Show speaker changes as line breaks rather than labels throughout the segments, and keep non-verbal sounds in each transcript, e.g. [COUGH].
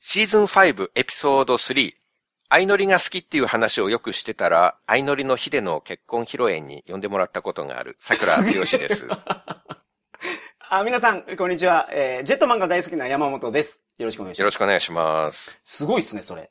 シーズン5エピソード3。相乗りが好きっていう話をよくしてたら、相乗りのヒデの結婚披露宴に呼んでもらったことがある、桜剛
[LAUGHS]
です。
あ、皆さん、こんにちは。えージェットマンが大好きな山本です。よろしくお願いし
よ
ま
ろしくお願いします。
す。すごいっすね、それ。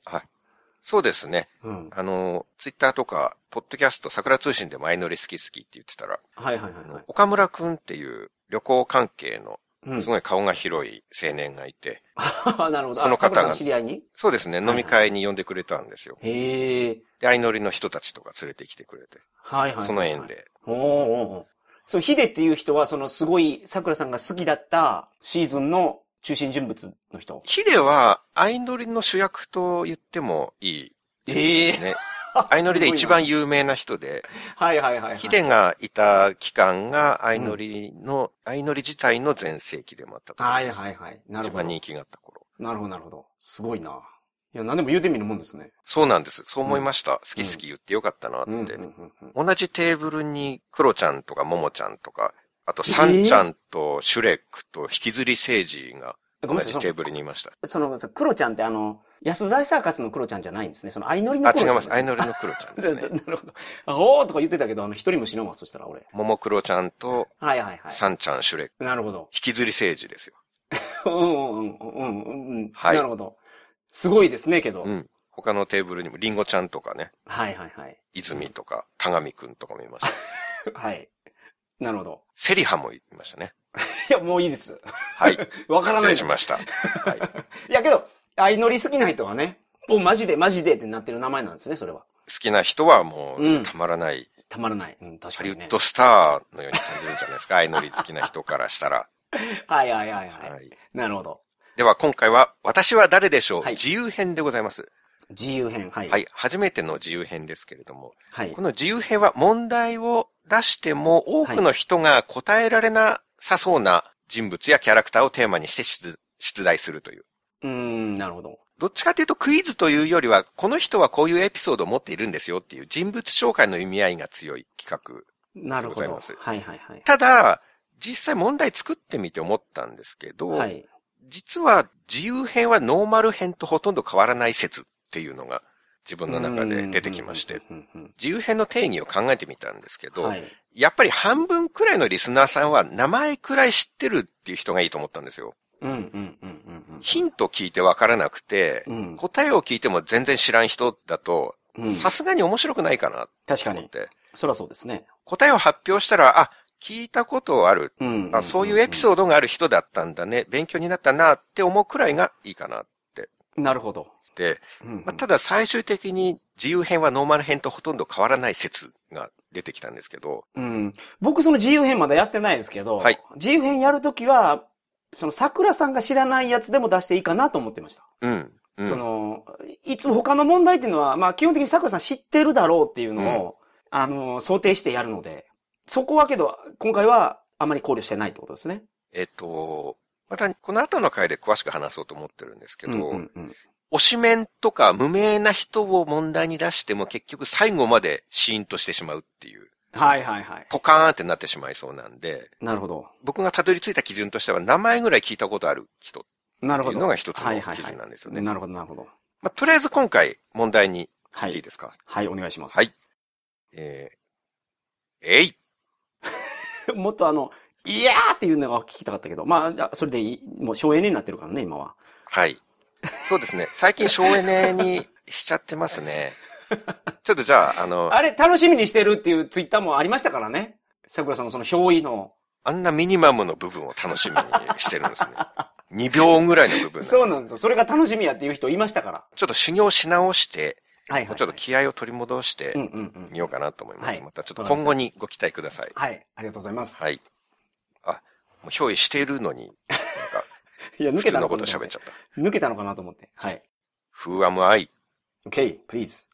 そうですね。
うん。
あの、ツイッターとか、ポッドキャスト、桜通信でも相乗り好き好きって言ってたら、
はいはいは
あ
い、
の
はい。
岡村くんっていう旅行関係の、
うん
すごい顔が広い青年がいて、
あ [LAUGHS] なるほど。あ
その方が
桜さん知り合いに
そうですね、飲み会に呼んでくれたんですよ。
へえ。
で、相乗りの人たちとか連れてきてくれて、
はいはいはい。
その縁。で。
おーおーおーそのヒデっていう人は、そのすごい桜さんが好きだったシーズンの中心人物の人。
ヒデは、相乗りの主役と言ってもいい
え
ですね。相乗りで一。番有名な人で、
はいはいはい、はい。
ヒデがいた期間が相乗りの、相乗り自体の全盛期でもあったと思
はいい
ます。
はいはい。なる
一
ほど
番。人気があった頃。
なるほどなるほど。すごいな。いや、何でも言うてみるもんですね。
そうなんです。そう思いました。好き好き言ってよかったなって。
うんうんうんうん。
同じテーブルにクロちゃんとかモモちゃんとか、あとサンちゃんとシュレックと引きずり聖司が
ご
同
めんなさい
じ。テーブルにいました。
その、その黒ちゃんってあの、安田大サーカスの黒ちゃんじゃないんですね。その、相乗りの
あ、
黒
違
ち
い
ゃん
ま。
ですね。。
相乗りのクロちゃんですね
[LAUGHS] なるほど。あおーとか言ってたけど、あの、一人も知らんわ、そしたら俺。
モモクロちゃんと
はいはいは
サンちゃん、シュレック、
い。なるほど。
引きずり聖司ですよ。
うんうんうんうんうんうん。
はい
なるほど。すごいですね、けど。
うん。他のテーブルにもリンゴちゃんとかね、
はいはいはい。
泉とか、田上くんとかもいました。
はい。なるほど。
セリハもいましたね。
いや、もういいです。
はい。
[LAUGHS] わか
失
らない
礼
で
し
す。
ました。はい。好
いや、けど、相乗り好きな人はね、お、マジでマジでってなってる名前なんですね、それは。
きな人はも
う
う、
ん
たまらない、
たまらない。うん、確
ハ
か
リウ
にね
ッ。ドスターのように感じるんじゃないです
[LAUGHS]
か。相乗り好きな人からしたら。
はいはいはいは。
はいい。
なるほど。
では今回は、私は誰でしょう、
はい
自由編でございます。
自由編、はい。
はい。初めての自由編ですけれども、
はい
こ。の自由編は問題を出しても多くの人が答えられなさそうな人物やキャラクターをテーマにして出出題するという。
うーん、なるほど。
どっちかというとクイズというよりは、この人はこういうエピソードを持っているんですよっていう人物紹介の意味合いが強い企画
なるほ
ござい
ど。
ます
はいはいはい。
ただ、実際問題作ってみて思ったんですけど、
はい。
実は自由編はノーマル編とほとんど変わらない説っていうのが自分の中で出てきまして、
うんうん
自由編の定義を考えてみたんですけ
うん。
ど、
はい。
やっぱり半分くらいのリスナーさんは名前くらい知ってるっていう人がいいと思ったんですよ。
うんうんうんうんうん。
ヒント聞いてわからなくて、
うん
答えを聞いても全然知らん人だと、
うん
さすがに面白くないかな
確か
と思っ
に。
て、
そらそうですね。
答えを発表したら、あ、聞いたことある。
うん
あ、そういうエピソードがある人だったんだね。勉強になったなって思うくらいがいいかなっ
ド。なるほど。
て。
うん
まあ、ただ最終的に自由編はノーマル編とほとんど変わらない説が出てきたんですけど、
うん。僕その自由編まだやってないですけど、
はい
自由編やるときは、その桜さんが知らないやつでも出していいかなと思ってました。
うん。うん、
その、いつも他の問題っていうのは、まあ基本的に桜さん知ってるだろうっていうのを、あの、想定してやるので、そこはけど、今回はあまり考慮してないってことですね。
えっと、またこの後の回で詳しく話そうと思ってるんですけど、
うんうんうん
推しメンとか無名な人を問題に出しても結局最後までシーンとしてしまうっていう、
はいはいはい。
ポカーンってなってしまいそうなんで、
なるほど。
僕がたどり着いた基準としては名前ぐらい聞いたことある人っ
なる
てい
ほ
う
ど。
のが一つ
は
の
いはい
基
はい
準なんですよね。
なるほど、なるほど。
まあ、とりあえず今回問題に
は
行っていい
い。
ですか、
はい、お願いします。
はいえー、えい
[LAUGHS] もっとあの、いやーっていうのが聞きたかったけど、まあじゃあ、それでいい、もう省エネになってるからね、今は。
はい。そうですね。最近省エネにしちゃってますね。ちょっとじゃあ、あの、
あれ、楽しみにしてるっていうツイッターもありましたからね。桜さんのその憑依の。
あんなミニマムの部分を楽しみにしてるんですね。2秒ぐらいの部分
そう
う
なんですよ。それが楽しみやっていう人いましたから。
ちょっと修行し直して、
はいはい、
も
は
う
い。
ちょっと気合を取り戻し
うん
て
うんうん。
みようかなと思います。
はい
またちょっと今後にご期待ください。
はい。ありがとうございます。
はい。あ、もう憑依しているのに、なん
[LAUGHS]
か、
いや、抜
普
け
通
たの
の
か
こ
な
と
と
喋
思っ。
ってちゃった。
抜けたのかなと思って。はい。
Who am I?
OK, please.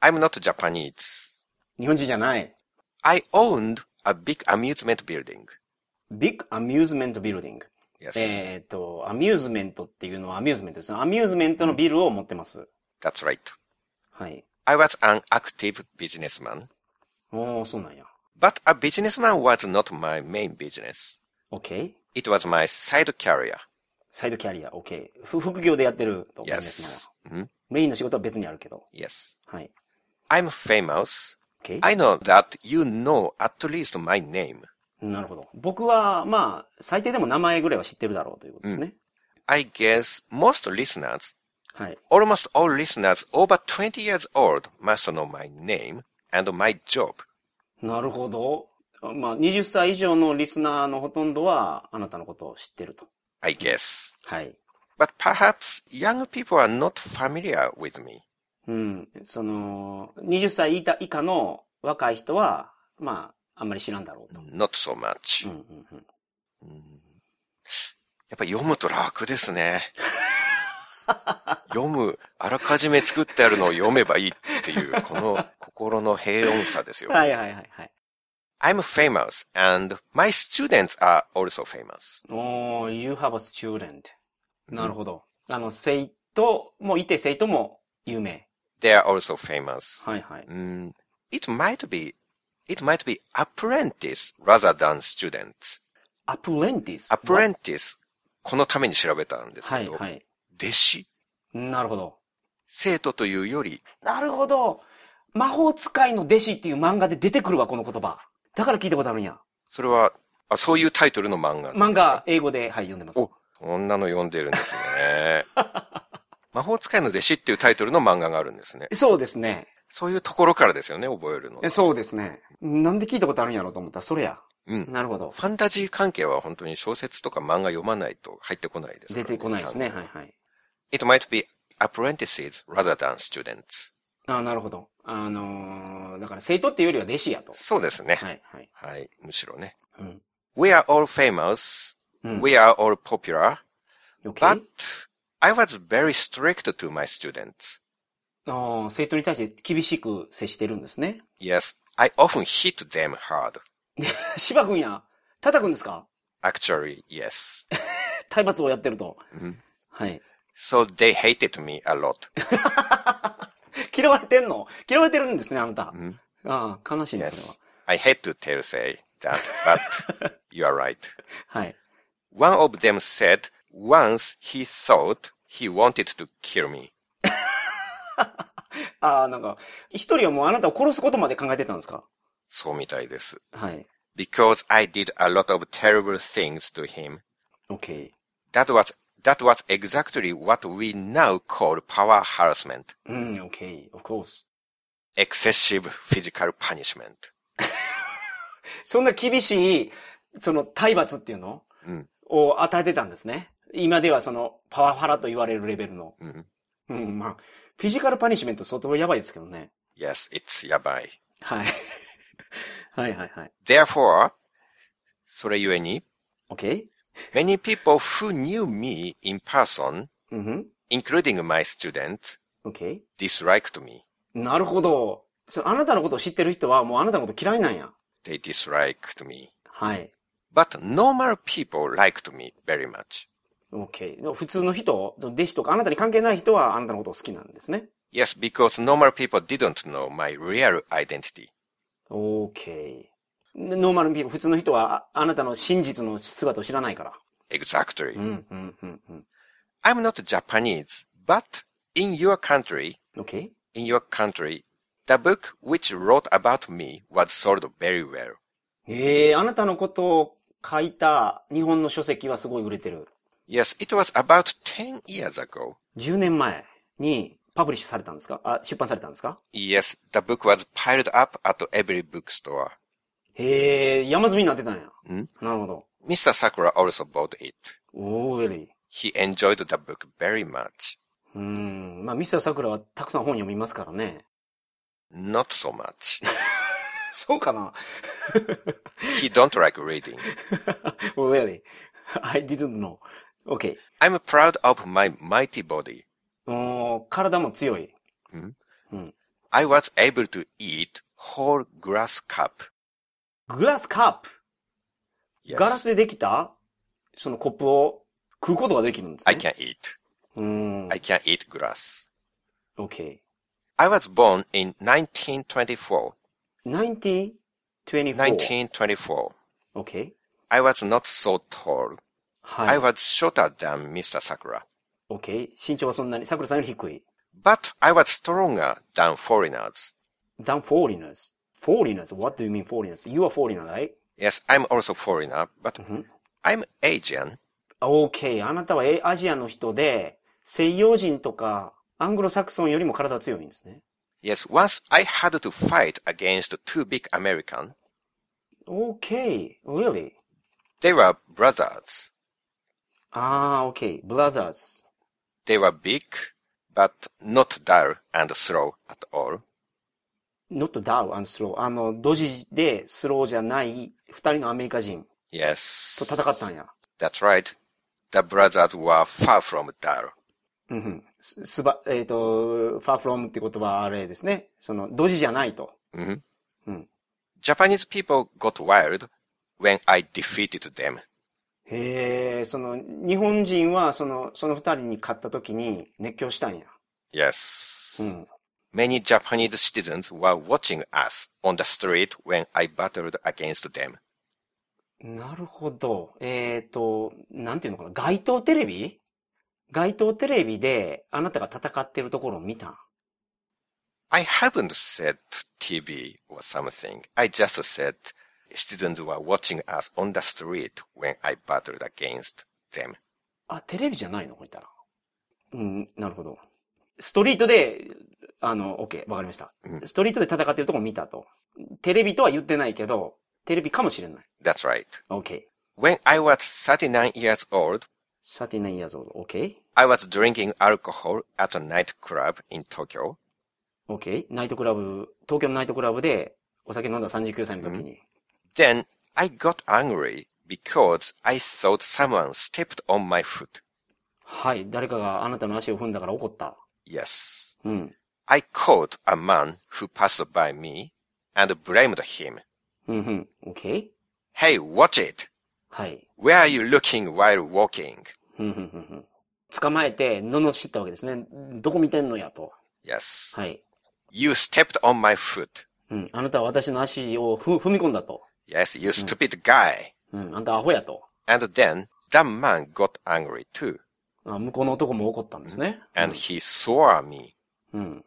I'm not Japanese.
日本人じゃない。
I owned a big amusement building.
Big Amusement Building.
Yes.
えっ、と、アミューズメントっていうのはアミューズメントです。アミューズメントのビルを持ってます。
That's right.
はい。
I was an active businessman,
おー、そうなんや。
but a businessman was not my main business.
OK?
It was my side career.
サイドキャリア、OK。ふ副業でやってると思います、
Yes. ん
メインの仕事は別にあるけど。
Yes.
はい。
I'm famous.
OK?
I know that you know at least my name.
なるほど。僕は、まあ、最低でも名前ぐらいは知ってるだろうということですね。
I guess most listeners,
はい。
almost all listeners over 20 years old must know my name and my job.
なるほど。まあ、20歳以上のリスナーのほとんどは、あなたのことを知ってると。
I guess.
はい。
But perhaps young people are not familiar with me.
うん。その、20歳以下以下の若い人は、まあ、あんまり知らんだろうと。
Not so much.
うんうんうん。
やっぱ読むと楽です
[LAUGHS]
ね。読む、あらかじめ作ってあるのを読めばいいっていう、この心の平穏さですよ。
はいはいはいはい。
I'm famous and my students are also famous.
おー、you have a student. なるほど。あの、生徒もいて生徒も有名。
They are also famous.
はいはい。
Mm, it might be, it might be apprentice rather than students.
アプレンティス。
apprentice このために調べたんです
は
け
い
ど、
はい。
弟子
なるほど。
生徒というより、
なるほど。魔法使いの弟子っていう漫画で出てくるわ、この言葉。だから聞いたことあるんや。
それは、あそういうタイトルの漫画。
漫画、英語で、はい、読んでます。
お、そんなの読んでるんですね。 [LAUGHS] 魔法使いの弟子っていうタイトルの漫画があるんですね。
そうですね。
そういうところからですよね、覚えるのは。
えそうですね。なんで聞いたことあるんやろうと思ったら、それや。
うん。
なるほど。
ファンタジー関係は本当に小説とか漫画読まないと入ってこないですから
出
ね
てこないですね。はいはい。
It might be apprentices rather than students.
あーなるほど。あのー、だから生徒っていうよりは弟子やと。
そうですね。
はいはい。
はい。むしろね。
うん。
We are all famous.
うん
We are all popular.
余計
But I was very strict to my students.
ああ、生徒に対して厳しく接してるんですね。 [LAUGHS]
Yes, I often hit them hard.
芝君や、叩くんですか
Actually,
[LAUGHS]
yes.
体罰をやってると。
Mhm.
はい。 [LAUGHS]
So they hated me a lot.
嫌われてんの嫌われてるんですね、あなた。
ん
ああ、悲しいね、
Yes.
そ
I hate to tell say that,
[LAUGHS]
but you are right.
れは。はい。
One of them said once he thought he wanted to kill me.
ああ、なんか、一人はもうあなたを殺すことまで考えてたんですか
そうみたいです。
はい。
Because I did a lot of terrible things to him.
OK。
That was, that was exactly what we now call power harassment.
うん、OK。Of course。
Excessive physical punishment.
そんな厳しい、その体罰っていうの
うん
を与えてたんですね。今ではその、パワハラと言われるレベルの。
Mhm.
うん、まあ、フィジカルパニッシュメント相当やばいですけどね。
Yes, it's yabai.
はい。はいはいはい。
Therefore, それゆえに、
OK?
many people who knew me in person,
うん、
including my students,
OK?
disliked me.
なるほど。そう、あなたのことを知ってる人はもうあなたのこと嫌いなんや。
They disliked me.
はい。
But normal people liked me very much.
OK。普通の人、弟子とかあなたに関係ない人はあなたのことを好きなんですね。
Yes, because normal people didn't know my real identity.
OK。ノーマルピー普通の人はああなたの真実の姿を知らないから。
Exactly.
うん、うん、うん、うん。
I'm not Japanese, but in your country,
OK?
in your country, the book which wrote about me was sold very well.
ええあなたのことを書いた日本の書籍はすごい売れてる。
Yes, it was about 10 years ago.
10年前にパブリッシュされたんですかあ、出版されたんですか
Yes, the book was piled up at every bookstore.
へえ、山積みになってたんや。
ん
なるほど。
Mr. Sakura also bought it.
おー、really?
He enjoyed the book very much.
うーん。まあ、ミスター桜はたくさん本読みますからね。
Not so much.
そうかな
he don't like reading.
?Really? I didn't know. OK。
I'm proud of my mighty body.
おー体も強い。
ん
うん。
I was able to eat whole grass cup.
グラスカップ。
Yes,
ガラスでできたそのコップを食うことができるんですね。
I can eat.
うーん。
I can eat grass.
OK。
I was born in 1924.
1924。
1924.
OK。
I was not so tall.
は
I
い。
was shorter than Mr. Sakura,
OK。身長はそんなに、桜さんより低い。
but I was stronger than foreigners.
than foreigners. Foreigners? What do you mean foreigners? You are foreigner, right?
Yes, I'm also foreigner, but
Mhm.
I'm Asian.
OK. あなたはえアジアの人で、西洋人とか、アングロサクソンよりも体強いんですね。
Yes, once I had to fight against two big Americans.
OK. Really?
They were brothers.
ああ、OK. Brothers.
They were big, but not dull and slow at all.
Not dull and slow. あの、ドジでスローじゃない二人のアメリカ人
Yes.
と戦ったんや。
That's right. The brothers were far from dull.
うんうん。す、すば、えっ、と、far from って言葉はあれですね。その、ドジじゃないと。
Mhm.
Mm.
Japanese people got wild when I defeated them.
へえ、その、日本人は、その、その二人に勝った時に熱狂したんや。
Yes.
うん。
Many Japanese citizens were watching us on the street when I battled against them.
なるほど。えっと、なんていうのかな。街頭テレビ街頭テレビで、あなたが戦ってるところを見た。
I haven't said TV or something. I just said citizens were watching us on the street when I battled against them.
あ、テレビじゃないのこれ言ったら。うん、なるほど。ストリートで、あの、OK、わかりました
う。ん
ストリートで戦ってるところを見たと。テレビとは言ってないけど、テレビかもしれない。
That's right.
OK。
When I was 39 years old,
39 years old. OK?
I was drinking alcohol at a nightclub in Tokyo.
OK? ナイトクラブ、東京のナイトクラブでお酒飲んだ39歳の時に。
Then I got angry because I thought someone stepped on my foot.
はい。誰かがあなたの足を踏んだから怒った。
Yes.
うん。
I caught a man who passed by me and blamed him.
うんうん。OK?
Hey, watch it.
はい。
Where are you looking while walking?
うんうんうんうん。捕まえて、罵ったわけですね。どこ見てんのやと。
Yes.
はい。
You stepped on my foot.
うん。あなたは私の足をふ踏み込んだと。
Yes, you stupid guy.
うん。あんたアホやと。
And then that man got angry too.
あ向こうの男も怒ったんですね。
And he swore at me.
うん。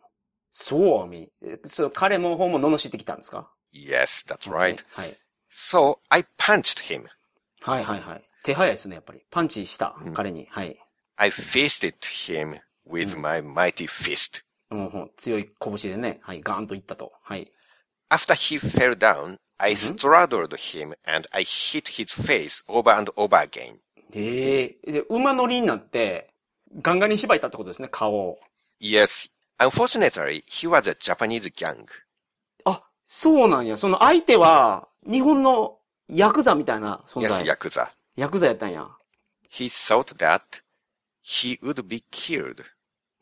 そう、み。えそう、彼も方も罵ってきたんですか
Yes, that's right.
はい。
So I punched him.
はいはいはい。手早いですね、やっぱり。パンチした、彼に。はい。
I fisted him with my mighty fist.
うんうん、強い拳でね、はい、ガーンといったと。はい。
After he fell down, I straddled him and I hit his face over and over again.
で、で馬乗りになって、ガンガンに縛いたってことですね、顔を。
Yes. Unfortunately, he was a Japanese gang.
あ、そうなんや。その相手は、日本のヤクザみたいな存
Yes,
在。
Yakuza.
ヤクザやったんや。
He thought that he would be killed.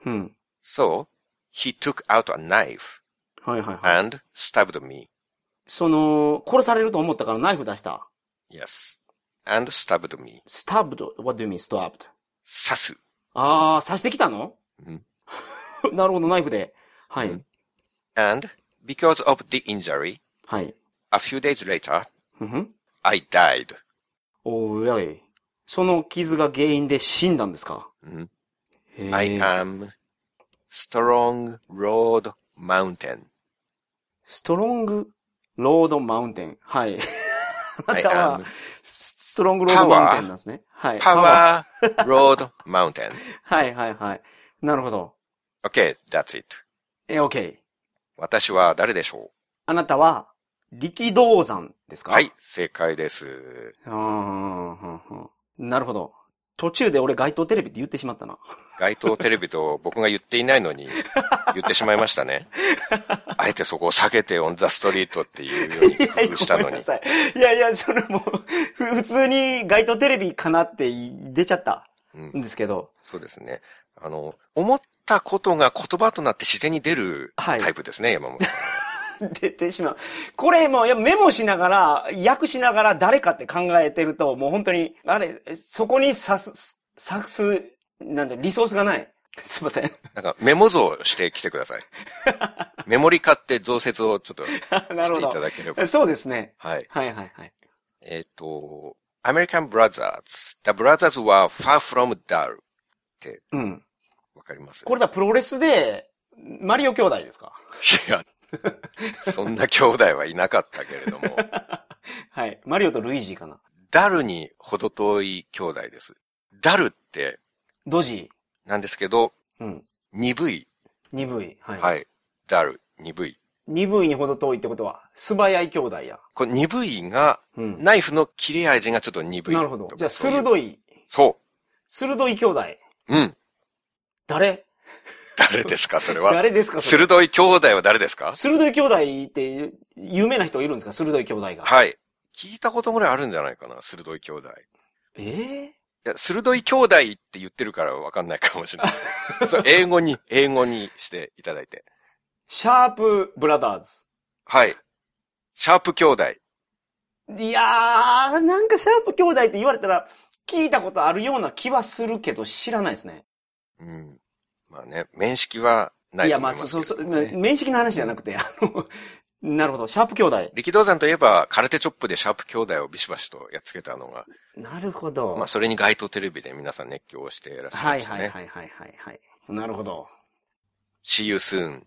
うん。
So he took out a knife
はいはいはい。
and stabbed me.
その、殺されると思ったからナイフ出した。
Yes. And stabbed me.
stabbed, what do you mean stabbed?
刺す。
あー、刺してきたの
うん
[LAUGHS] なるほど、ナイフで。はい。
うん And because of the injury,
はい。
a few days later,
ふふん。
I died.
Oh, really? その傷が原因で死んだんですか
うん。
へ
I
ー
am strong road mountain.
ストロングロードマウンテン。はい。あな
I
たは
am
スストロングロードマウンテンなんですね。はい。
power
[LAUGHS]
road mountain.
はいはいはい。なるほど。
Okay, that's it.
え、OK。
私は誰でしょ
あなたは、力道山です
う
か
はい、。正解です。
あーうんうんうんなるほど。途中で俺街頭テレビって言ってしまったな。
街頭テレビと僕が言っていないの
[LAUGHS]
に言ってしまいましたね。あえてそこを避けてオンザストリートっていうように
いやい
工
や
夫した
[LAUGHS] ご
の
めんな
に。
さい。いやいや、それも、ふ普通に街頭テレビかなって出ちゃった
うん
んですけど。
そうですね。あの、思ったことが言葉となって自然に出る
はい
タイプですね、山本さん。
出てしまう。これもういやメモしながら、訳しながら誰かって考えてると、もう本当に、あれ、そこに刺す、刺す、なんだ、リソースがない。すいません。 [LAUGHS]
なんかメモ像してきてください。メモリ化って増設をちょっと
な
し
る
てい
ほ
ただければ。
ど。そうですね。
はい。
はいはいはい。
えっ、と、 American Brothers. The brothers were far from dull. って
うん。
わかります
これだ、プロレスで、マリオ兄弟ですか
いや、そんな兄弟はいなかったけれど
[LAUGHS]
も、
はい。マリオとルイージーかな。
ダルに程遠い兄弟です。ダルって、
ドジ
なんですけど、
ー。うん。
鈍い。
鈍い。はい。
はい。ダル、鈍い。
鈍いにほど遠いってことは、素早い兄弟や。
この鈍いが、
うん。
ナイフの切れ味がちょっと鈍い。
なるほど。じゃあ、
そういう
鋭い、
そ
鋭い兄弟。
う。うん。
誰
誰ですか、それは。
誰ですかそれ
鋭い兄弟は誰ですか
鋭い兄弟って、有名な人いるんですか鋭い兄弟が。
はい。聞いたことぐらいあるんじゃないかな、鋭い兄弟。
ええ
いや、鋭い兄弟って言ってるからわかんないかもしれない
[LAUGHS]
ですけど。そう英語に、英語にしていただいて。
シャープブラザーズ。
はい。シャープ兄弟。
いやー、なんかシャープ兄弟って言われたら、聞いたことあるような気はするけど、知らないですね。
うん。まあね、面識はないと
いや、
思
ま
い
あ、
ますけど、
そ
ね。
うそう、面識の話じゃなくて、あの、なるほど、シャープ兄弟。
力道山といえば、空手チョップでシャープ兄弟をビシバシとやっつけたのが、
なるほど。
まあそれに街頭テレビで皆さん熱狂していらっしゃい
は
ま
い
した
は
ね。
いはいはいはいはい。なるほど。
See you soon.